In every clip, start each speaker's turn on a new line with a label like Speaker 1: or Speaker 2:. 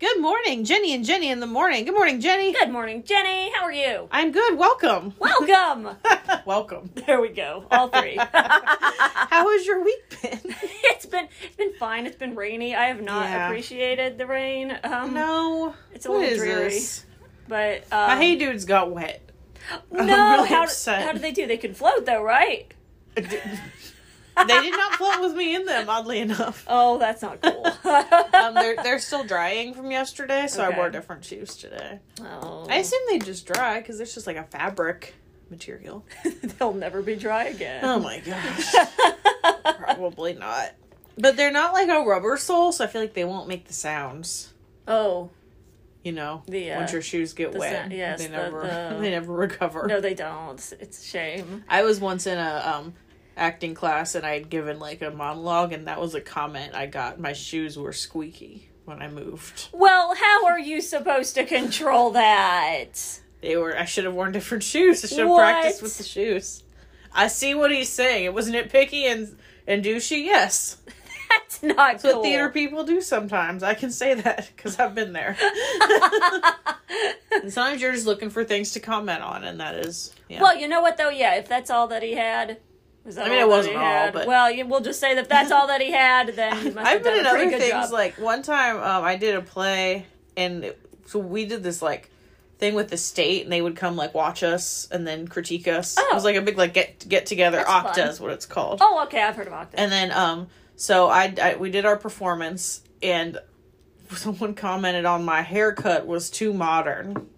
Speaker 1: Good morning, Jenny and Jenny in the morning. Good morning, Jenny.
Speaker 2: Good morning, Jenny. How are you?
Speaker 1: I'm good. Welcome.
Speaker 2: Welcome.
Speaker 1: Welcome.
Speaker 2: there we go. All three.
Speaker 1: How has your week been?
Speaker 2: it's been it's been fine. It's been rainy. I have not
Speaker 1: Yeah.
Speaker 2: appreciated the rain. Um,
Speaker 1: No.
Speaker 2: It's a
Speaker 1: What
Speaker 2: little
Speaker 1: is
Speaker 2: dreary.
Speaker 1: this?
Speaker 2: But um,
Speaker 1: My hey dudes got wet.
Speaker 2: no.
Speaker 1: really
Speaker 2: how,
Speaker 1: upset.
Speaker 2: how do they do? They can float though, right?
Speaker 1: they did not float with me in them, oddly enough.
Speaker 2: Oh, that's not cool.
Speaker 1: Um, they're they're still drying from yesterday, so I
Speaker 2: Okay.
Speaker 1: wore different shoes today.
Speaker 2: oh.
Speaker 1: I assume they just dry because it's just like a fabric material.
Speaker 2: They'll never be dry again.
Speaker 1: Oh my gosh, probably not. But they're not like a rubber sole, so I feel like they won't make the sounds.
Speaker 2: oh
Speaker 1: You know,
Speaker 2: The, uh,
Speaker 1: once your shoes get
Speaker 2: the
Speaker 1: wet,
Speaker 2: sound- yes,
Speaker 1: they
Speaker 2: the-
Speaker 1: never
Speaker 2: the-
Speaker 1: they never recover.
Speaker 2: no, they don't. It's a shame.
Speaker 1: I was once in a um acting class and I had given like a monologue and that was a comment I got. My shoes were squeaky when I moved.
Speaker 2: Well, how are you supposed to control that?
Speaker 1: They were I should have worn different shoes. I should have
Speaker 2: What?
Speaker 1: practiced with the shoes. I see what he's saying. It was nitpicky and and douchey, yes.
Speaker 2: That's not
Speaker 1: That's
Speaker 2: cool.
Speaker 1: what theater people do sometimes. I can say that because I've been there. and sometimes you're just looking for things to comment on, and that is yeah.
Speaker 2: Well, you know what though? Yeah, if that's all that he had, was that
Speaker 1: I mean,
Speaker 2: all
Speaker 1: it
Speaker 2: that
Speaker 1: wasn't
Speaker 2: he
Speaker 1: all,
Speaker 2: had?
Speaker 1: but-
Speaker 2: well, you, we'll just say that if that's all that he had, then he must
Speaker 1: I've
Speaker 2: have
Speaker 1: been
Speaker 2: done
Speaker 1: in
Speaker 2: a pretty
Speaker 1: other
Speaker 2: good
Speaker 1: things.
Speaker 2: job.
Speaker 1: Like one time, um, I did a play, and it, so we did this like thing with the state, and they would come like watch us and then critique us. It was
Speaker 2: Oh.
Speaker 1: like a big like get get together.
Speaker 2: That's
Speaker 1: Octa
Speaker 2: fun.
Speaker 1: is what it's called.
Speaker 2: oh, okay, I've heard of Octave.
Speaker 1: And then um, so I, I we did our performance, and someone commented on my haircut was too modern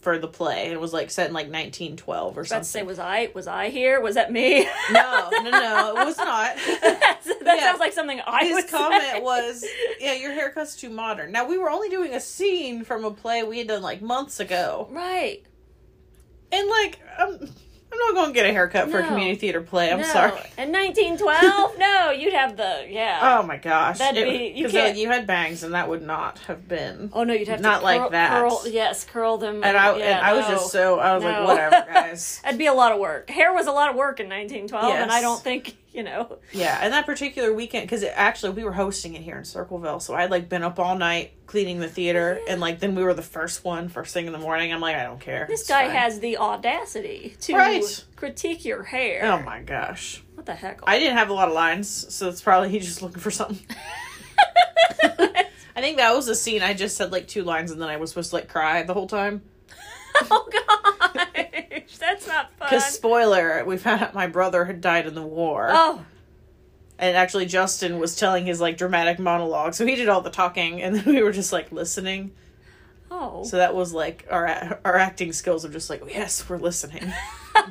Speaker 1: for the play. It was like set in like 1912 or
Speaker 2: About to say,
Speaker 1: something.
Speaker 2: was I was I here? Was that me?
Speaker 1: No, no, no, it was not.
Speaker 2: That's, that
Speaker 1: Yeah.
Speaker 2: sounds like something I
Speaker 1: his
Speaker 2: would
Speaker 1: comment
Speaker 2: say.
Speaker 1: was, "Yeah, your haircut's too modern." Now we were only doing a scene from a play we had done like months ago,
Speaker 2: right.
Speaker 1: and like I'm, I'm not going to get a haircut for a
Speaker 2: No.
Speaker 1: community theater play. I'm
Speaker 2: no.
Speaker 1: sorry.
Speaker 2: In 1912, no, you'd have the yeah.
Speaker 1: Oh my gosh,
Speaker 2: That'd be- you
Speaker 1: because
Speaker 2: can't-
Speaker 1: like, uh, you had bangs, and that would not have been.
Speaker 2: oh no, you'd have
Speaker 1: not
Speaker 2: to
Speaker 1: like
Speaker 2: curl,
Speaker 1: that.
Speaker 2: Curl, yes, curl them.
Speaker 1: And I
Speaker 2: yeah,
Speaker 1: and I was
Speaker 2: no.
Speaker 1: just so I was
Speaker 2: No.
Speaker 1: like, whatever, guys.
Speaker 2: That'd be a lot of work. Hair was a lot of work in 1912, and I
Speaker 1: Yes.
Speaker 2: don't think you know.
Speaker 1: yeah, and that particular weekend, because actually we were hosting it here in Circleville, so I'd like been up all night cleaning the theater, and like then we were the first one, first thing in the morning. I'm like, I don't care.
Speaker 2: This
Speaker 1: It's
Speaker 2: guy
Speaker 1: fine.
Speaker 2: has the audacity to
Speaker 1: Right.
Speaker 2: critique your hair.
Speaker 1: Oh my gosh.
Speaker 2: What the heck?
Speaker 1: I didn't have a lot of lines, so it's probably he's just looking for something. I think that was the scene. I just said like two lines, and then I was supposed to like cry the whole time.
Speaker 2: oh gosh, that's not fun.
Speaker 1: Because spoiler, we found out my brother had died in the war,
Speaker 2: Oh,
Speaker 1: and actually Justin was telling his like dramatic monologue, so he did all the talking, and then we were just like listening.
Speaker 2: oh.
Speaker 1: So that was like our a- our acting skills of just like yes, we're listening.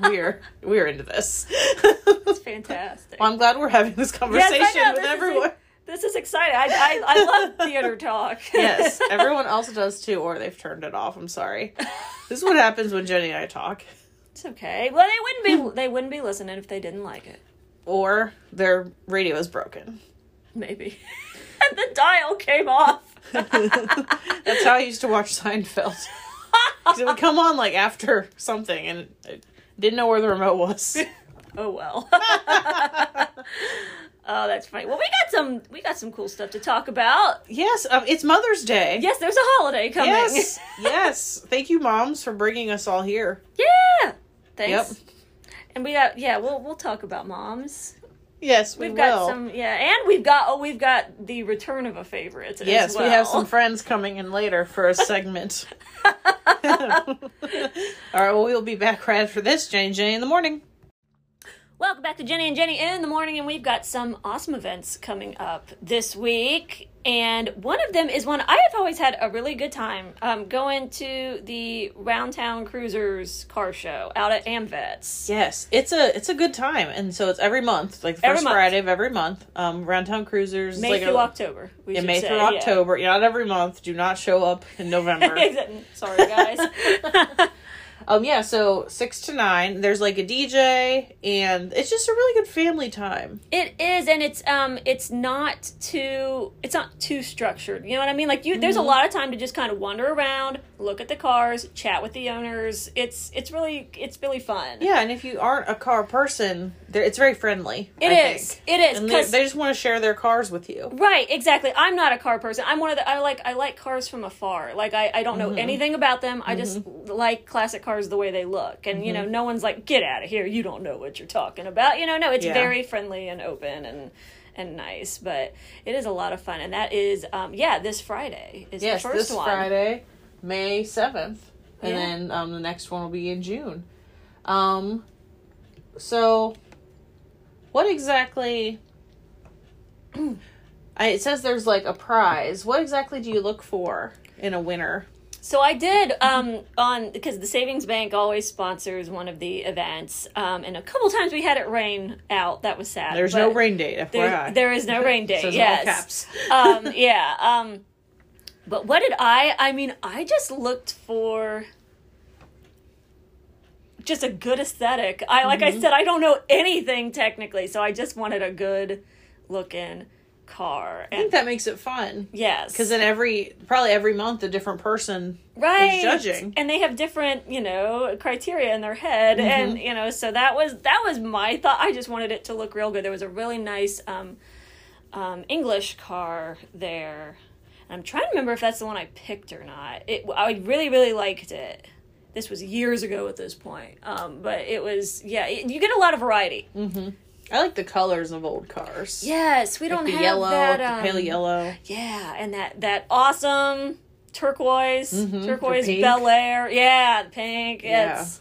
Speaker 1: we're we're into this.
Speaker 2: that's fantastic.
Speaker 1: Well, I'm glad we're having this conversation
Speaker 2: know,
Speaker 1: with
Speaker 2: this is
Speaker 1: everyone.
Speaker 2: This is exciting. I, I, I love theater talk.
Speaker 1: yes, everyone else does too, or they've turned it off. I'm sorry. This is what happens when Jenny and I talk,
Speaker 2: it's okay. Well, they wouldn't be they wouldn't be listening if they didn't like it.
Speaker 1: or their radio is broken.
Speaker 2: Maybe. and the dial came off.
Speaker 1: That's how I used to watch Seinfeld. 'Cause it would come on like after something, and I didn't know where the remote was.
Speaker 2: Oh well. oh, that's funny. Well, we got some we got some cool stuff to talk about.
Speaker 1: yes, um, it's Mother's Day.
Speaker 2: Yes, there's a holiday coming.
Speaker 1: Yes, yes. Thank you, moms, for bringing us all here.
Speaker 2: Yeah. Thanks.
Speaker 1: Yep.
Speaker 2: And we got yeah, we'll we'll talk about moms.
Speaker 1: Yes, we
Speaker 2: We've
Speaker 1: will.
Speaker 2: got some yeah, and we've got oh we've got the return of a favorite. as
Speaker 1: Yes, we have
Speaker 2: well.
Speaker 1: some friends coming in later for a segment. All right, well, we'll be back right after this, Jenny Jenny in the morning.
Speaker 2: Welcome back to Jenny and Jenny in the morning, and we've got some awesome events coming up this week. And one of them is one I have always had a really good time um, going to the Roundtown Cruisers car show out at Amvets.
Speaker 1: Yes, it's a it's a good time, and so it's every month, like the
Speaker 2: Every
Speaker 1: first
Speaker 2: month.
Speaker 1: Friday of every month. Um, Roundtown Cruisers,
Speaker 2: May
Speaker 1: like
Speaker 2: through
Speaker 1: a,
Speaker 2: October. We
Speaker 1: yeah,
Speaker 2: should
Speaker 1: May
Speaker 2: say,
Speaker 1: through
Speaker 2: yeah.
Speaker 1: October. Not every month. Do not show up in November.
Speaker 2: Exactly. Sorry, guys.
Speaker 1: Um, yeah, so six to nine, there's like a DJ, and it's just a really good family time.
Speaker 2: It is, and it's um, it's not too, it's not too structured. You know what I mean? Like you, there's a
Speaker 1: Mm-hmm.
Speaker 2: lot of time to just kind of wander around, look at the cars, chat with the owners. It's it's really it's really fun.
Speaker 1: Yeah, and if you aren't a car person, there it's very friendly.
Speaker 2: It is. It is,
Speaker 1: and they,
Speaker 2: 'cause-
Speaker 1: they just want to share their cars with you.
Speaker 2: Right, exactly. I'm not a car person. I'm one of the I like I like cars from afar. Like I, I don't know
Speaker 1: Mm-hmm.
Speaker 2: anything about them. I just like classic cars the way they look. And you
Speaker 1: Mm-hmm.
Speaker 2: know, no one's like, "Get out of here. You don't know what you're talking about." You know, no, it's
Speaker 1: Yeah.
Speaker 2: very friendly and open and and nice, but it is a lot of fun. And that is um yeah, this Friday is
Speaker 1: Yes,
Speaker 2: the first
Speaker 1: this
Speaker 2: one.
Speaker 1: Friday, May seventh, and
Speaker 2: Yeah.
Speaker 1: then um, the next one will be in June. Um, so what exactly? I, it says there's like a prize. What exactly do you look for in a winner?
Speaker 2: So I did um, on because the savings bank always sponsors one of the events, um, and a couple times we had it rain out. That was sad.
Speaker 1: There's no
Speaker 2: but
Speaker 1: rain date. FYI.
Speaker 2: There, there is no rain date.
Speaker 1: Says in all
Speaker 2: yes.
Speaker 1: caps.
Speaker 2: um, yeah. Um, but what did I? I mean, I just looked for just a good aesthetic. I like
Speaker 1: Mm-hmm.
Speaker 2: I said, I don't know anything technically, so I just wanted a good looking
Speaker 1: I
Speaker 2: car.
Speaker 1: think
Speaker 2: And
Speaker 1: that makes it fun
Speaker 2: yes,
Speaker 1: because then every probably every month a different person.
Speaker 2: right
Speaker 1: judging.
Speaker 2: and they have different you know criteria in their head
Speaker 1: Mm-hmm.
Speaker 2: and you know so that was that was my thought i just wanted it to look real good there was a really nice um, um, english car there i'm trying to remember if that's the one i picked or not it i really really liked it this was years ago at this point um, but it was yeah it, you get a lot of variety
Speaker 1: Mm-hmm. I like the colors of old cars.
Speaker 2: yes we Mm-hmm. don't
Speaker 1: the
Speaker 2: have
Speaker 1: yellow,
Speaker 2: that
Speaker 1: the
Speaker 2: um,
Speaker 1: pale yellow.
Speaker 2: yeah, and that that awesome turquoise,
Speaker 1: Mm-hmm, the
Speaker 2: turquoise
Speaker 1: pink.
Speaker 2: Bel Air. Yeah, the pink.
Speaker 1: Yeah.
Speaker 2: It's,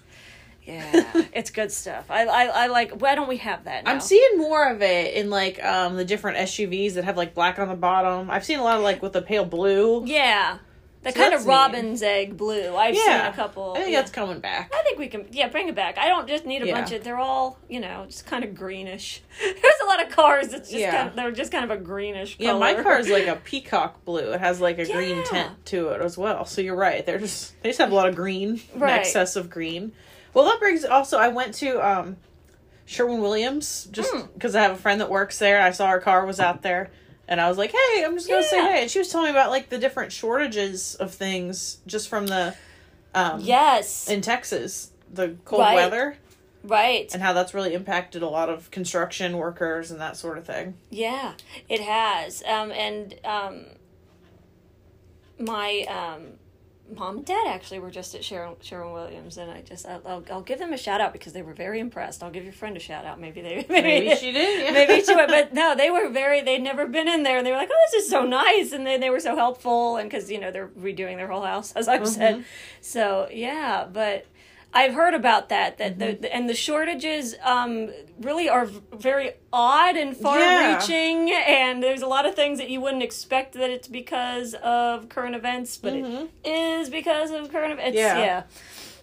Speaker 2: yeah, it's good stuff. I, I I like. Why don't we have that? Now?
Speaker 1: I'm seeing more of it in like um the different SUVs that have like black on the bottom. I've seen a lot of like with the pale blue.
Speaker 2: Yeah, that
Speaker 1: So
Speaker 2: kind
Speaker 1: that's
Speaker 2: of
Speaker 1: neat.
Speaker 2: robin's egg blue. I've seen a couple.
Speaker 1: I think
Speaker 2: yeah.
Speaker 1: that's coming back.
Speaker 2: I think we can, yeah, bring it back. I don't just need a
Speaker 1: Yeah.
Speaker 2: bunch of. They're all, you know, just kind of greenish. There's a lot of cars that's just
Speaker 1: Yeah.
Speaker 2: kind of, they're just kind of a greenish.
Speaker 1: Yeah,
Speaker 2: color.
Speaker 1: my car is like a peacock blue. It has like a green
Speaker 2: Yeah.
Speaker 1: tint to it as well. So you're right. They're just they just have a lot of green, an
Speaker 2: Right.
Speaker 1: excess of green. Well, that brings also. I went to um, Sherwin Williams just
Speaker 2: Hmm.
Speaker 1: because I have a friend that works there. I saw her car was out there, and I was like, "Hey, I'm just gonna say
Speaker 2: Yeah.
Speaker 1: hey." And she was telling me about like the different shortages of things just from the um,
Speaker 2: Yes,
Speaker 1: in Texas, the cold
Speaker 2: Right.
Speaker 1: weather,
Speaker 2: right.
Speaker 1: and how that's really impacted a lot of construction workers and that sort of thing.
Speaker 2: Yeah, it has. Um, and um, my um, mom and dad actually were just at Sharon, Sharon Williams, and I just I'll, I'll, I'll give them a shout out because they were very impressed. I'll give your friend a shout out. Maybe they
Speaker 1: Maybe she did. Yeah.
Speaker 2: maybe she went, but no, they were very. They'd never been in there, and they were like, "Oh, this is so nice," and they they were so helpful, and because you know they're redoing their whole house, as I've
Speaker 1: Mm-hmm.
Speaker 2: said. So yeah, but I've heard about that that
Speaker 1: Mm-hmm.
Speaker 2: the and the shortages um, really are v- very odd and far-reaching, and there's a lot of things that you wouldn't expect that it's because of current events, but it is because of current events.
Speaker 1: Mm-hmm. Yeah.
Speaker 2: yeah.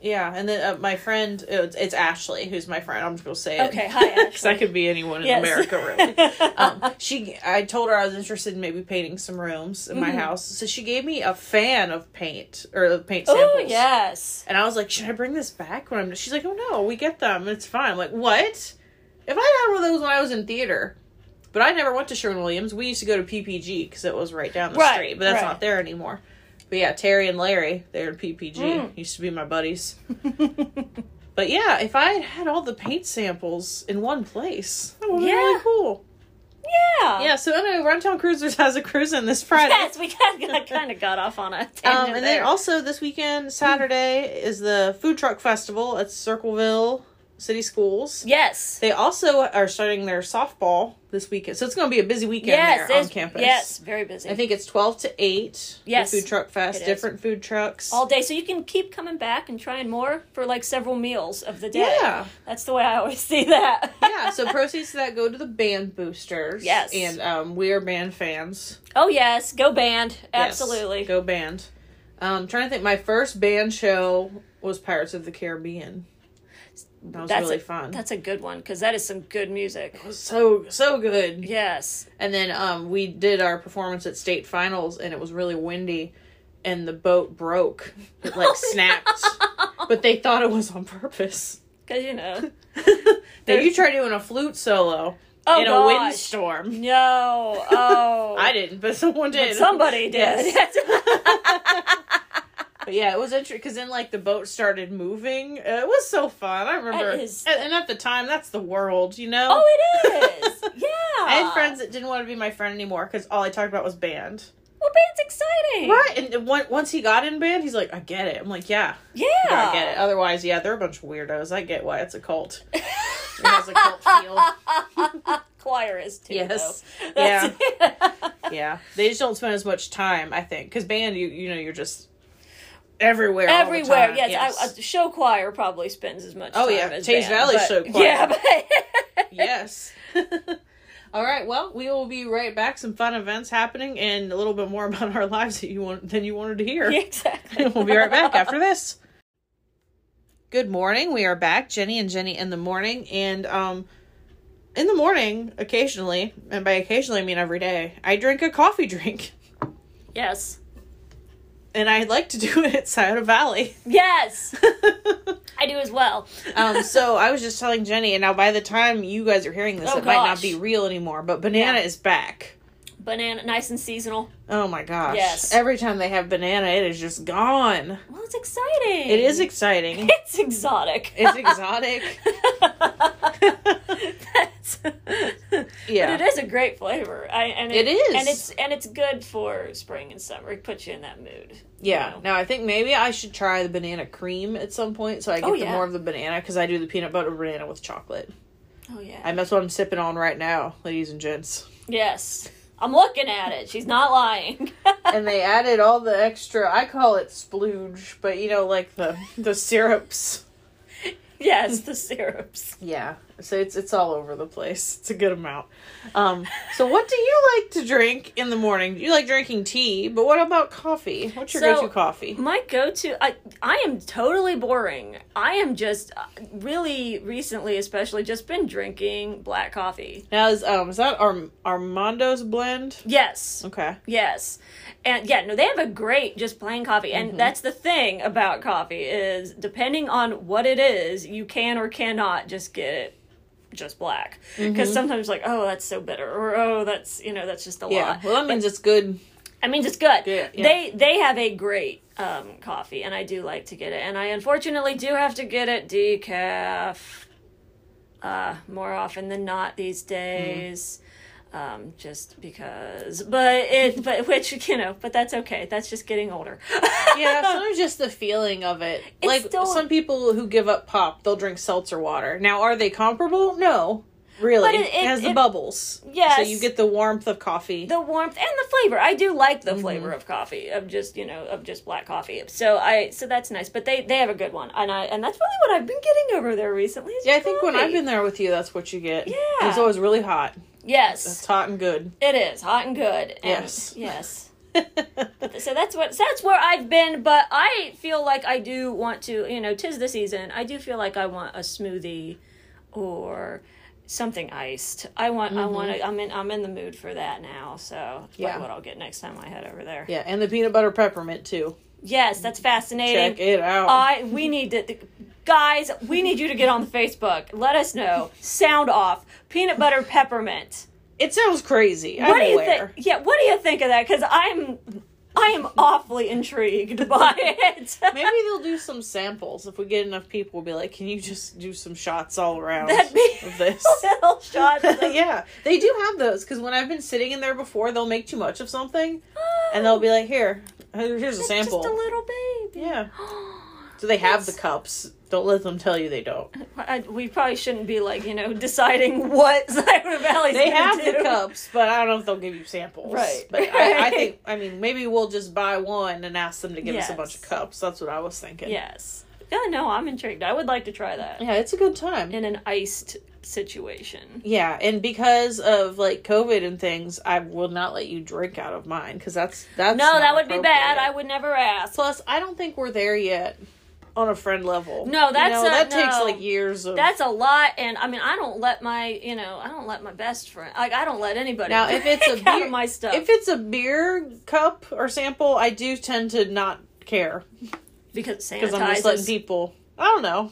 Speaker 1: Yeah, and then uh, my friend, it's, it's Ashley, who's my friend. I'm just gonna say it.
Speaker 2: Okay, hi,
Speaker 1: Because I could be anyone in
Speaker 2: Yes.
Speaker 1: America, really. Um, she, I told her I was interested in maybe painting some rooms in my
Speaker 2: Mm-hmm.
Speaker 1: house, so she gave me a fan of paint or paint samples.
Speaker 2: Oh yes.
Speaker 1: And I was like, should I bring this back when I'm? She's like, oh no, we get them. It's fine. I'm like, what? If I had one of those when I was in theater, but I never went to Sherwin Williams. We used to go to PPG because it was right down the
Speaker 2: Right,
Speaker 1: street, but that's
Speaker 2: right.
Speaker 1: not there anymore. But yeah, Terry and Larry, they're in PPG.
Speaker 2: Mm.
Speaker 1: Used to be my buddies. but yeah, if I had had all the paint samples in one place, that would be
Speaker 2: Yeah.
Speaker 1: really cool.
Speaker 2: Yeah.
Speaker 1: Yeah. So anyway, Runtown Cruisers has a cruise in this Friday.
Speaker 2: Yes, we kind kind of got off on a tangent
Speaker 1: Um, and
Speaker 2: there.
Speaker 1: then also this weekend, Saturday, is the food truck festival at Circleville City Schools.
Speaker 2: yes.
Speaker 1: They also are starting their softball this weekend, so it's going to be a busy weekend
Speaker 2: Yes,
Speaker 1: there on
Speaker 2: it's-
Speaker 1: campus.
Speaker 2: Yes, very busy.
Speaker 1: I think it's twelve to eight. the
Speaker 2: Yes,
Speaker 1: food truck
Speaker 2: it
Speaker 1: fest,
Speaker 2: is.
Speaker 1: different food trucks.
Speaker 2: all day, so you can keep coming back and trying more for like several meals of the day.
Speaker 1: Yeah.
Speaker 2: that's the way I always see that.
Speaker 1: yeah, so proceeds to that go to the band boosters.
Speaker 2: Yes.
Speaker 1: and um, we are band fans.
Speaker 2: oh yes, go band,
Speaker 1: Yes,
Speaker 2: absolutely.
Speaker 1: go band. Um, trying to think, my first band show was Pirates of the Caribbean. That was really
Speaker 2: a,
Speaker 1: fun.
Speaker 2: That's a good one because that is some good music.
Speaker 1: so so good.
Speaker 2: Yes,
Speaker 1: And then um, we did our performance at state finals, and it was really windy, and the boat broke. It like snapped, but they thought it was on purpose.
Speaker 2: Because, you know.
Speaker 1: Then you try doing a flute solo
Speaker 2: Oh,
Speaker 1: in
Speaker 2: gosh.
Speaker 1: a windstorm.
Speaker 2: No. Oh.
Speaker 1: I didn't, but someone
Speaker 2: But
Speaker 1: did.
Speaker 2: Somebody did.
Speaker 1: Yes. But yeah, it was interesting because then like the boat started moving. Uh, It was so fun. I remember,
Speaker 2: That is-
Speaker 1: and, and at the time, that's the world, you know.
Speaker 2: oh, it is. Yeah.
Speaker 1: I had friends that didn't want to be my friend anymore because all I talked about was band.
Speaker 2: Well, band's exciting.
Speaker 1: Right, and then one- once he got in band, he's like, "I get it." I'm like, "Yeah,
Speaker 2: Yeah.
Speaker 1: yeah, I get it." Otherwise, yeah, they're a bunch of weirdos. I get why it's a cult. It has a cult feel.
Speaker 2: Choir is too.
Speaker 1: Yes.
Speaker 2: Though. That's it.
Speaker 1: Yeah, they just don't spend as much time, I think, because band, you you know, you're just everywhere, all the
Speaker 2: Everywhere,
Speaker 1: time.
Speaker 2: yes. I, I, show choir probably spends as much.
Speaker 1: Oh,
Speaker 2: time
Speaker 1: yeah,
Speaker 2: as
Speaker 1: Taze
Speaker 2: band,
Speaker 1: Valley
Speaker 2: but-
Speaker 1: show choir.
Speaker 2: Yeah, but
Speaker 1: yes. All right. Well, we will be right back. Some fun events happening and a little bit more about our lives that you want than you wanted to hear.
Speaker 2: Yeah, exactly.
Speaker 1: And we'll be right back after this. Good morning. We are back, Jenny and Jenny in the morning, and um, in the morning, occasionally, and by occasionally I mean every day, I drink a coffee drink,
Speaker 2: Yes, at
Speaker 1: and I like to do it at Scioto Valley.
Speaker 2: Yes, I do as well. Uh,
Speaker 1: um, so I was just telling Jenny, and now by the time you guys are hearing this,
Speaker 2: Oh,
Speaker 1: it might
Speaker 2: gosh.
Speaker 1: not be real anymore. But banana
Speaker 2: Yeah.
Speaker 1: is back.
Speaker 2: Banana, nice and seasonal.
Speaker 1: Oh my gosh!
Speaker 2: Yes.
Speaker 1: Every time they have banana, it is just gone.
Speaker 2: Well, it's exciting.
Speaker 1: It is exciting.
Speaker 2: It's exotic.
Speaker 1: it's exotic.
Speaker 2: That's,
Speaker 1: Yeah.
Speaker 2: But it is a great flavor. I and
Speaker 1: It is.
Speaker 2: and it's and it's good for spring and summer. It puts you in that mood.
Speaker 1: Yeah.
Speaker 2: you know.
Speaker 1: Now I think maybe I should try the banana cream at some point, so I get
Speaker 2: Oh,
Speaker 1: the
Speaker 2: yeah.
Speaker 1: more of the banana because I do the peanut butter banana with chocolate,
Speaker 2: Oh yeah.
Speaker 1: and that's what I'm sipping on right now, ladies and gents.
Speaker 2: yes, I'm looking at it. She's not lying.
Speaker 1: and they added all the extra. I call it splooge, but you know, like the the syrups.
Speaker 2: yes, the syrups.
Speaker 1: Yeah. So it's it's all over the place. It's a good amount. Um. So what do you like to drink in the morning? You like drinking tea, but what about coffee? What's your
Speaker 2: So-
Speaker 1: go-to coffee?
Speaker 2: My go-to. I I am totally boring. I am just uh, really recently, especially, just been drinking black coffee.
Speaker 1: Now is um is that Arm- Armando's blend?
Speaker 2: Yes.
Speaker 1: Okay.
Speaker 2: Yes. And yeah, no, they have a great just plain coffee. And
Speaker 1: Mm-hmm.
Speaker 2: that's the thing about coffee is depending on what it is, you can or cannot just get it just black. Because
Speaker 1: Mm-hmm.
Speaker 2: sometimes like, oh, that's so bitter or oh, that's, you know, that's just a
Speaker 1: Yeah.
Speaker 2: lot.
Speaker 1: Well, that means it's good.
Speaker 2: I mean, it's good.
Speaker 1: Yeah, yeah.
Speaker 2: They they have a great um, coffee and I do like to get it. And I unfortunately do have to get it decaf uh, more often than not these days um, just because. But it, but which you know, but that's okay. That's just getting older.
Speaker 1: yeah, sometimes just the feeling of it. like
Speaker 2: still-
Speaker 1: some people who give up pop, they'll drink seltzer water. Now, are they comparable? No, really.
Speaker 2: But
Speaker 1: it,
Speaker 2: it- it-
Speaker 1: has the
Speaker 2: it-
Speaker 1: bubbles.
Speaker 2: Yes.
Speaker 1: so you get the warmth of coffee.
Speaker 2: the warmth and the flavor. I do like
Speaker 1: Mm-hmm.
Speaker 2: the flavor of coffee of just you know of just black coffee. So I so that's nice. But they they have a good one, and I and that's really what I've been getting over there recently. is
Speaker 1: yeah, I think when
Speaker 2: coffee.
Speaker 1: I've been there with you, that's what you get.
Speaker 2: Yeah.
Speaker 1: it's always really hot. It's
Speaker 2: yes,
Speaker 1: hot and good.
Speaker 2: it is hot and good. And
Speaker 1: Yes.
Speaker 2: yes. so that's what so that's where I've been, but I feel like I do want to, you know, tis the season. I do feel like I want a smoothie or something iced. I want I want to, I'm in I'm in the mood for that now. So it's
Speaker 1: Mm-hmm. Yeah.
Speaker 2: probably what I'll get next time I head over there.
Speaker 1: yeah, and the peanut butter peppermint too.
Speaker 2: Yes, that's fascinating.
Speaker 1: Check it out.
Speaker 2: I we need to guys, we need you to get on the Facebook. Let us know. Sound off. Peanut butter peppermint.
Speaker 1: it sounds crazy.
Speaker 2: What
Speaker 1: I'm
Speaker 2: do you
Speaker 1: aware.
Speaker 2: think? Yeah, what do you think of that? Because I'm, I am awfully intrigued by it.
Speaker 1: Maybe they'll do some samples if we get enough people. We'll be like, can you just do some shots all around
Speaker 2: That'd be
Speaker 1: of this?
Speaker 2: little shots. Of,
Speaker 1: yeah, they do have those because when I've been sitting in there before, they'll make too much of something and they'll be like, "Here, here- here's a
Speaker 2: It's
Speaker 1: sample."
Speaker 2: Just a little baby.
Speaker 1: yeah. So they have the cups. Don't let them tell you they don't.
Speaker 2: I, we probably shouldn't be like you know deciding what Siren Valley's
Speaker 1: They
Speaker 2: gonna
Speaker 1: have
Speaker 2: do.
Speaker 1: the cups, but I don't know if they'll give you samples.
Speaker 2: Right.
Speaker 1: But I, I think I mean maybe we'll just buy one and ask them to give us a bunch of
Speaker 2: Yes.
Speaker 1: cups. That's what I was thinking.
Speaker 2: Yes. Yeah. No, I'm intrigued. I would like to try that
Speaker 1: Yeah, it's a good time.
Speaker 2: in an iced situation.
Speaker 1: yeah, and because of like COVID and things, I will not let you drink out of mine because that's that's
Speaker 2: No,
Speaker 1: not
Speaker 2: that would be bad.
Speaker 1: appropriate.
Speaker 2: I would never ask.
Speaker 1: Plus, I don't think we're there yet on a friend level.
Speaker 2: No, that's
Speaker 1: you know,
Speaker 2: a-
Speaker 1: that takes
Speaker 2: no.
Speaker 1: like years of.
Speaker 2: That's a lot, and I mean, I don't let my, you know, I don't let my best friend, like, I don't let anybody.
Speaker 1: now if it's a
Speaker 2: drink out
Speaker 1: beer,
Speaker 2: of my stuff,
Speaker 1: if it's a beer cup or sample, I do tend to not care.
Speaker 2: because it
Speaker 1: because I'm just letting
Speaker 2: sanitizes.
Speaker 1: people. I don't know.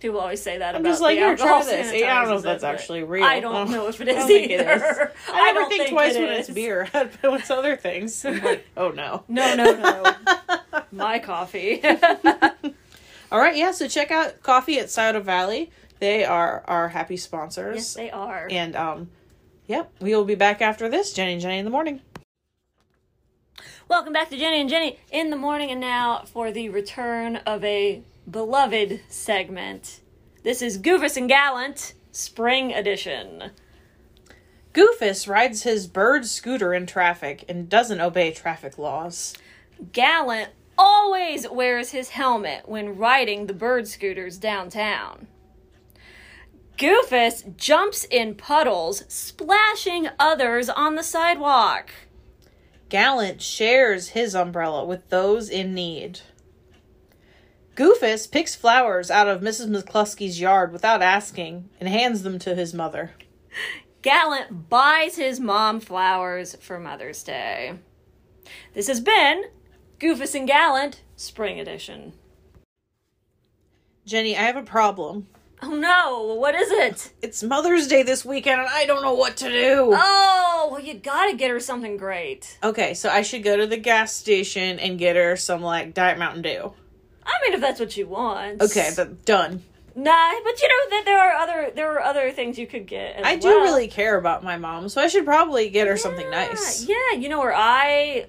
Speaker 2: People always say that.
Speaker 1: I'm
Speaker 2: about
Speaker 1: just like,
Speaker 2: the
Speaker 1: here, try
Speaker 2: alcohol
Speaker 1: this. Yeah, I don't know if
Speaker 2: sanitizes
Speaker 1: that's
Speaker 2: it, but
Speaker 1: actually real.
Speaker 2: I don't know if it
Speaker 1: I
Speaker 2: is
Speaker 1: don't think it
Speaker 2: either.
Speaker 1: is. I
Speaker 2: I
Speaker 1: never
Speaker 2: don't
Speaker 1: think,
Speaker 2: think
Speaker 1: twice
Speaker 2: it
Speaker 1: when it's
Speaker 2: is.
Speaker 1: beer, but when it's other things. I'm like, oh no.
Speaker 2: No, no, no. My coffee. yes,
Speaker 1: All right, yeah. So check out Coffee at Scioto Valley. They are our happy sponsors.
Speaker 2: they are.
Speaker 1: And um, yep, we will be back after this. Jenny and Jenny in the morning.
Speaker 2: Welcome back to Jenny and Jenny in the morning, and now for the return of a beloved segment. This is Goofus and Gallant Spring Edition.
Speaker 1: Goofus rides his bird scooter in traffic and doesn't obey traffic laws.
Speaker 2: Gallant always wears his helmet when riding the bird scooters downtown. Goofus jumps in puddles, splashing others on the sidewalk.
Speaker 1: Gallant shares his umbrella with those in need. Goofus picks flowers out of Mrs. McCluskey's yard without asking and hands them to his mother.
Speaker 2: Gallant buys his mom flowers for Mother's Day. This has been Goofus and Gallant Spring Edition.
Speaker 1: Jenny, I have a problem.
Speaker 2: Oh no, what is it?
Speaker 1: It's Mother's Day this weekend and I don't know what to do.
Speaker 2: Oh, well, you gotta get her something great.
Speaker 1: Okay, so I should go to the gas station and get her some like Diet Mountain Dew.
Speaker 2: I mean, if that's what you want.
Speaker 1: Okay, but done.
Speaker 2: Nah, but you know that there are other there are other things you could get. As
Speaker 1: I do
Speaker 2: well.
Speaker 1: really care about my mom, so I should probably get her something
Speaker 2: Yeah,
Speaker 1: nice.
Speaker 2: Yeah, you know where I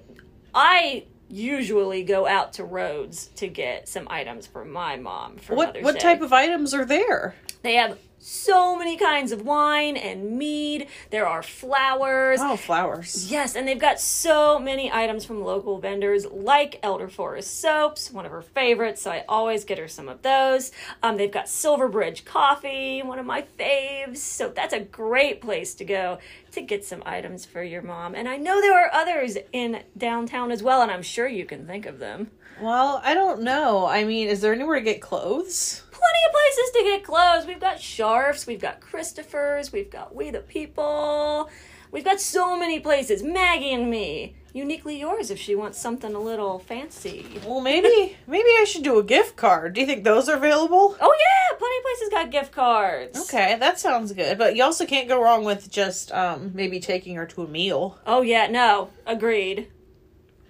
Speaker 2: I usually go out to Rhodes to get some items for my mom for
Speaker 1: What
Speaker 2: Mother's
Speaker 1: what
Speaker 2: Day.
Speaker 1: type of items are there?
Speaker 2: They have so many kinds of wine and mead. There are flowers.
Speaker 1: Oh, flowers.
Speaker 2: Yes, and they've got so many items from local vendors like Elder Forest soaps, one of her favorites, so I always get her some of those. Um, they've got Silverbridge coffee, one of my faves, so that's a great place to go to get some items for your mom. And I know there are others in downtown as well, and I'm sure you can think of them.
Speaker 1: Well, I don't know. I mean, is there anywhere to get clothes?
Speaker 2: plenty of places to get clothes. We've got Sharf's, we've got Christopher's, we've got We the People. We've got so many places. Maggie and me. Uniquely yours if she wants something a little fancy.
Speaker 1: Well, maybe maybe I should do a gift card. Do you think those are available?
Speaker 2: Oh yeah, plenty of places got gift cards.
Speaker 1: Okay, that sounds good. But you also can't go wrong with just um maybe taking her to a meal.
Speaker 2: Oh yeah, no, agreed.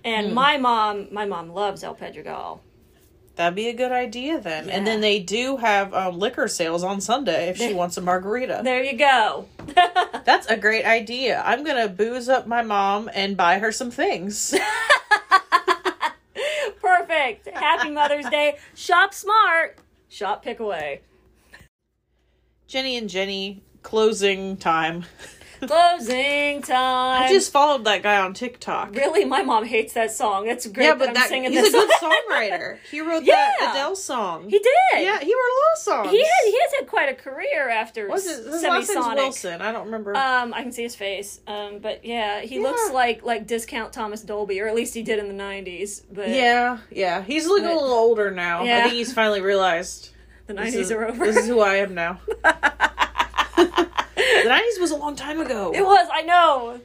Speaker 2: And my mom, my mom loves El Pedregal.
Speaker 1: That'd be a good idea then. And
Speaker 2: Yeah.
Speaker 1: then they do have um, liquor sales on Sunday if she wants a margarita.
Speaker 2: There you go.
Speaker 1: That's a great idea. I'm gonna booze up my mom and buy her some things.
Speaker 2: Perfect. Happy Mother's Day. Shop smart. Shop pick away.
Speaker 1: Jenny and Jenny closing time.
Speaker 2: Closing time.
Speaker 1: I just followed that guy on TikTok.
Speaker 2: Really, my mom hates that song. It's great
Speaker 1: Yeah,
Speaker 2: that
Speaker 1: but
Speaker 2: I'm
Speaker 1: that,
Speaker 2: singing
Speaker 1: he's a
Speaker 2: this.
Speaker 1: good
Speaker 2: song.
Speaker 1: songwriter. He wrote
Speaker 2: Yeah.
Speaker 1: that Adele song.
Speaker 2: he did.
Speaker 1: yeah, he wrote a lot of songs.
Speaker 2: He had, he has had quite a career after
Speaker 1: What's his, his last name's
Speaker 2: Semisonic.
Speaker 1: Wilson. I don't remember.
Speaker 2: Um, I can see his face. Um, but yeah, he
Speaker 1: Yeah.
Speaker 2: looks like like discount Thomas Dolby, or at least he did in the '90s. But
Speaker 1: yeah, yeah. He's looking a
Speaker 2: but-
Speaker 1: little older now. I
Speaker 2: Yeah.
Speaker 1: think he's finally realized
Speaker 2: the
Speaker 1: this
Speaker 2: '90s
Speaker 1: is-
Speaker 2: are over.
Speaker 1: This is who I am now. The nineties was a long time ago.
Speaker 2: it was. I know.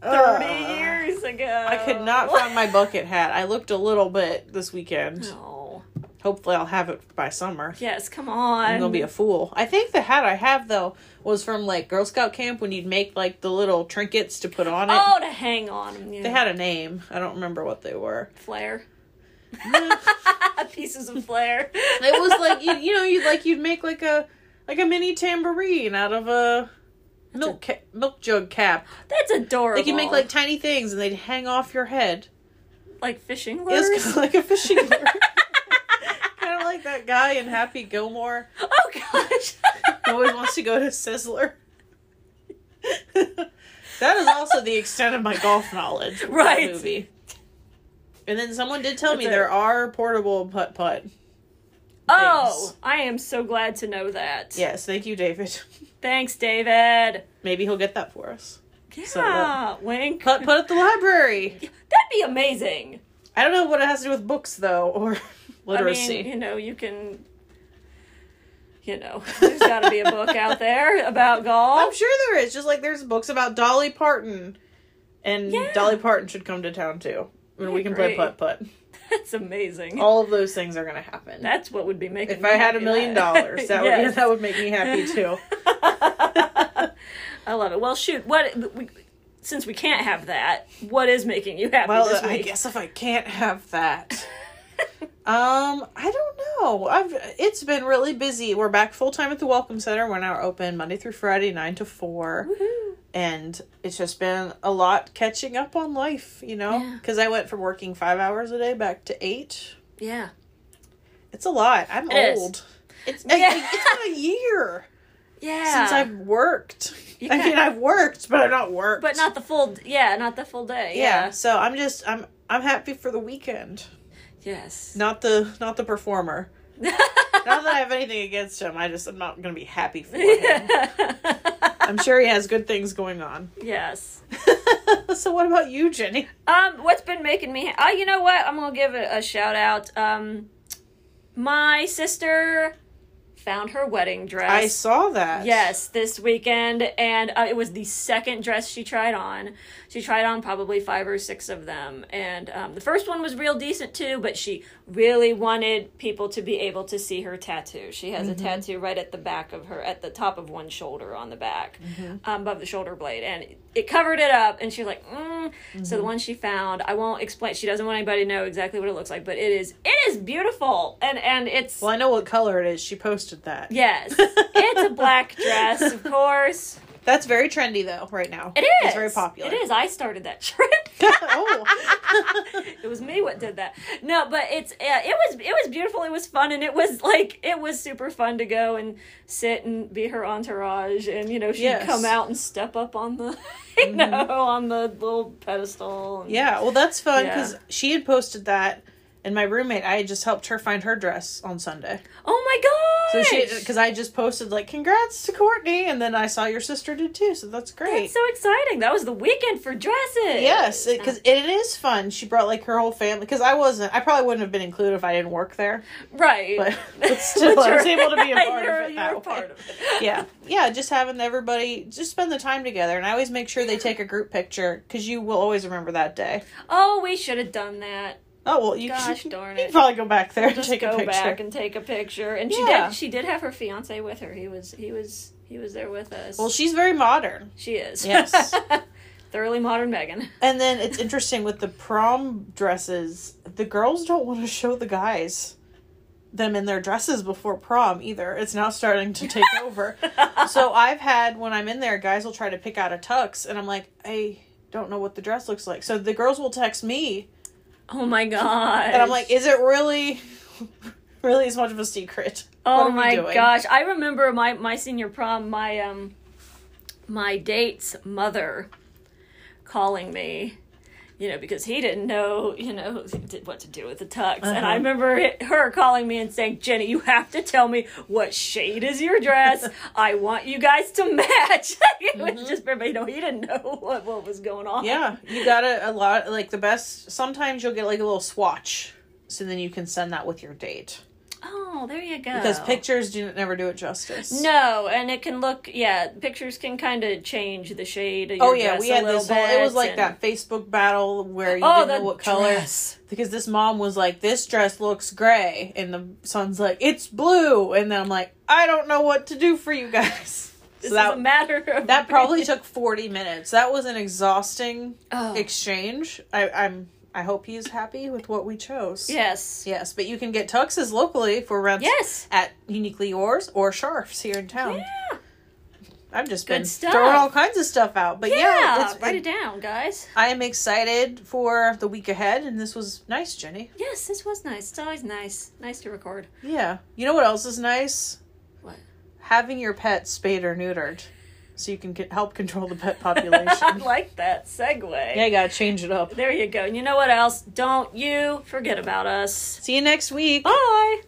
Speaker 2: Thirty
Speaker 1: Ugh.
Speaker 2: years ago.
Speaker 1: Uh, I could not find my bucket hat. I looked a little bit this weekend.
Speaker 2: No.
Speaker 1: Hopefully, I'll have it by summer.
Speaker 2: Yes. Come on.
Speaker 1: I'm gonna be a fool. I think the hat I have though was from like Girl Scout camp when you'd make like the little trinkets to put on it.
Speaker 2: oh, to hang on. Yeah.
Speaker 1: They had a name. I don't remember what they were.
Speaker 2: flair. Pieces of flair.
Speaker 1: It was like you, you know you'd like you'd make like a like a mini tambourine out of a milk ca- milk jug cap.
Speaker 2: That's adorable.
Speaker 1: Like you make like tiny things and they'd hang off your head.
Speaker 2: like fishing
Speaker 1: It was
Speaker 2: lures.
Speaker 1: kind of like a fishing lure. kind of like that guy in Happy Gilmore.
Speaker 2: oh gosh.
Speaker 1: who always wants to go to Sizzler. that is also the extent of my golf knowledge. of that
Speaker 2: Right.
Speaker 1: movie. And then someone did tell me
Speaker 2: That's it.
Speaker 1: there are portable putt putt.
Speaker 2: oh, I am so glad to know that.
Speaker 1: Yes, thank you, David.
Speaker 2: Thanks, David.
Speaker 1: Maybe he'll get that for us.
Speaker 2: Yeah,
Speaker 1: So, uh,
Speaker 2: wink.
Speaker 1: Putt putt at the library.
Speaker 2: That'd be amazing.
Speaker 1: I don't know what it has to do with books though, or literacy.
Speaker 2: I mean, you know, you can. You know, there's got to be a book out there about
Speaker 1: I'm
Speaker 2: golf.
Speaker 1: sure there is. Just like there's books about Dolly Parton, and
Speaker 2: Yeah.
Speaker 1: Dolly Parton should come to town too. when we can play
Speaker 2: Agree.
Speaker 1: putt putt.
Speaker 2: That's amazing.
Speaker 1: All of those things are gonna happen.
Speaker 2: That's what would be making.
Speaker 1: Oh. if
Speaker 2: me
Speaker 1: I had a
Speaker 2: happy.
Speaker 1: million dollars, that would
Speaker 2: Yes.
Speaker 1: that would make me happy too.
Speaker 2: I love it. Well, shoot, what we, since we can't have that, what is making you happy
Speaker 1: Well,
Speaker 2: this
Speaker 1: I
Speaker 2: week?
Speaker 1: guess if I can't have that. um, I don't know. I've it's been really busy. We're back full time at the Welcome Center. We're now open Monday through Friday, nine to 4 and it's just been a lot catching up on life. You know,
Speaker 2: Yeah.
Speaker 1: because I went from working five hours a day back to eight.
Speaker 2: Yeah.
Speaker 1: It's a lot. I'm
Speaker 2: It is.
Speaker 1: old. It's
Speaker 2: Yeah.
Speaker 1: I- it's been a year
Speaker 2: Yeah.
Speaker 1: since I've worked. I
Speaker 2: Yeah.
Speaker 1: mean, I've worked, but I've not worked.
Speaker 2: but not the full. Yeah, not the full day.
Speaker 1: yeah.
Speaker 2: Yeah.
Speaker 1: So I'm just I'm I'm happy for the weekend.
Speaker 2: Yes.
Speaker 1: Not the not the performer. Not that I have anything against him. I just I'm not gonna be happy for him. I'm sure he has good things going on.
Speaker 2: yes.
Speaker 1: so what about you, Jenny?
Speaker 2: Um, what's been making me? Oh, you know what? I'm gonna give a, a shout out. Um, my sister found her wedding dress.
Speaker 1: I saw that.
Speaker 2: Yes, this weekend, and uh, it was the second dress she tried on. She tried on probably five or six of them, and um, the first one was real decent too. But she really wanted people to be able to see her tattoo. She has a tattoo right at the back of her, at the top of one shoulder on the back, um, above the shoulder blade, and it covered it up. And she's like, mm. so the one she found, I won't explain. She doesn't want anybody to know exactly what it looks like, but it is, it is beautiful, and and it's
Speaker 1: Well, I know what color it is. She posted that.
Speaker 2: Yes. It's a black dress, of course.
Speaker 1: That's very trendy though, right now.
Speaker 2: It is.
Speaker 1: It's very popular.
Speaker 2: It is. I started that trend.
Speaker 1: oh.
Speaker 2: it was me what did that. No, but it's uh, it was it was beautiful. It was fun, and it was like it was super fun to go and sit and be her entourage, and you know she'd
Speaker 1: Yes. Mm-hmm.
Speaker 2: come out and step up on the you know on the little pedestal. and-
Speaker 1: Yeah, well that's fun
Speaker 2: Yeah.
Speaker 1: because she had posted that and my roommate, I had just helped her find her dress on Sunday.
Speaker 2: Oh my
Speaker 1: So
Speaker 2: gosh.
Speaker 1: she, uh, because I just posted like, "Congrats to Courtney," and then I saw your sister did too. So that's great.
Speaker 2: That's so exciting. That was the weekend for dresses.
Speaker 1: Yes, because it is fun. She brought like her whole family. Because I wasn't, I probably wouldn't have been included if I didn't work there.
Speaker 2: right.
Speaker 1: But, but still, I was
Speaker 2: you're-
Speaker 1: able to be a part
Speaker 2: you're-
Speaker 1: of it.
Speaker 2: You're
Speaker 1: That
Speaker 2: a
Speaker 1: way.
Speaker 2: part of it.
Speaker 1: Yeah, yeah. Just having everybody just spend the time together, and I always make sure they take a group picture because you will always remember that day.
Speaker 2: Oh, we should have done that.
Speaker 1: Oh well, you
Speaker 2: Gosh
Speaker 1: should,
Speaker 2: darn
Speaker 1: you
Speaker 2: it.
Speaker 1: can probably go back there and
Speaker 2: Just
Speaker 1: take a
Speaker 2: go
Speaker 1: picture.
Speaker 2: back and take a picture. And she
Speaker 1: Yeah.
Speaker 2: did. She did have her fiance with her. He was. He was. He was there with us.
Speaker 1: well, she's very modern.
Speaker 2: she is.
Speaker 1: yes.
Speaker 2: Thoroughly modern Megan.
Speaker 1: And then it's interesting with the prom dresses, the girls don't want to show the guys them in their dresses before prom either. It's now starting to take over. So I've had when I'm in there, guys will try to pick out a tux, and I'm like, I don't know what the dress looks like. So the girls will text me,
Speaker 2: Oh my god.
Speaker 1: and I'm like, Is it really, really as much of a secret? What
Speaker 2: Oh
Speaker 1: are we
Speaker 2: my
Speaker 1: doing?
Speaker 2: gosh. I remember my my senior prom. My um, my date's mother, calling me. You know, because he didn't know, you know, what to do with the tux. And I
Speaker 1: Uh-huh.
Speaker 2: remember it, her calling me and saying, Jenny, you have to tell me what shade is your dress. I want you guys to match. it was just, you know, he didn't know what, what was going on.
Speaker 1: Mm-hmm. Yeah, you got a, a lot like the best. Sometimes you'll get like a little swatch, so then you can send that with your date.
Speaker 2: Oh, there you go.
Speaker 1: because pictures do never do it justice.
Speaker 2: No, and it can look, yeah, pictures can kind of change the shade of your
Speaker 1: Oh yeah,
Speaker 2: dress
Speaker 1: we
Speaker 2: a
Speaker 1: had
Speaker 2: little
Speaker 1: this whole. It was
Speaker 2: bit
Speaker 1: like
Speaker 2: and-
Speaker 1: that Facebook battle where you
Speaker 2: Oh,
Speaker 1: didn't know
Speaker 2: the
Speaker 1: what color.
Speaker 2: dress.
Speaker 1: Because this mom was like, "This dress looks gray," and the son's like, "It's blue," and then I'm like, "I don't know what to do for you guys."
Speaker 2: This
Speaker 1: So
Speaker 2: is a
Speaker 1: that
Speaker 2: matter of
Speaker 1: that probably took 40 minutes. That was an exhausting
Speaker 2: Oh.
Speaker 1: exchange. I, I'm I hope he's happy with what we chose.
Speaker 2: yes.
Speaker 1: Yes, but you can get tuxes locally for rent
Speaker 2: Yes.
Speaker 1: at Uniquely Yours or Sharf's here in town.
Speaker 2: Yeah.
Speaker 1: I've just
Speaker 2: Good
Speaker 1: been
Speaker 2: stuff.
Speaker 1: throwing all kinds of stuff out. But yeah,
Speaker 2: Yeah.
Speaker 1: it's,
Speaker 2: Write it down, guys.
Speaker 1: I am excited for the week ahead, and this was nice, Jenny.
Speaker 2: Yes, this was nice. It's always nice. Nice to record.
Speaker 1: Yeah. You know what else is nice?
Speaker 2: What?
Speaker 1: Having your pet spayed or neutered so you can c- help control the pet population.
Speaker 2: I like that segue.
Speaker 1: yeah, you gotta change it up.
Speaker 2: There you go. And you know what else? Don't you forget about us.
Speaker 1: See you next week.
Speaker 2: Bye.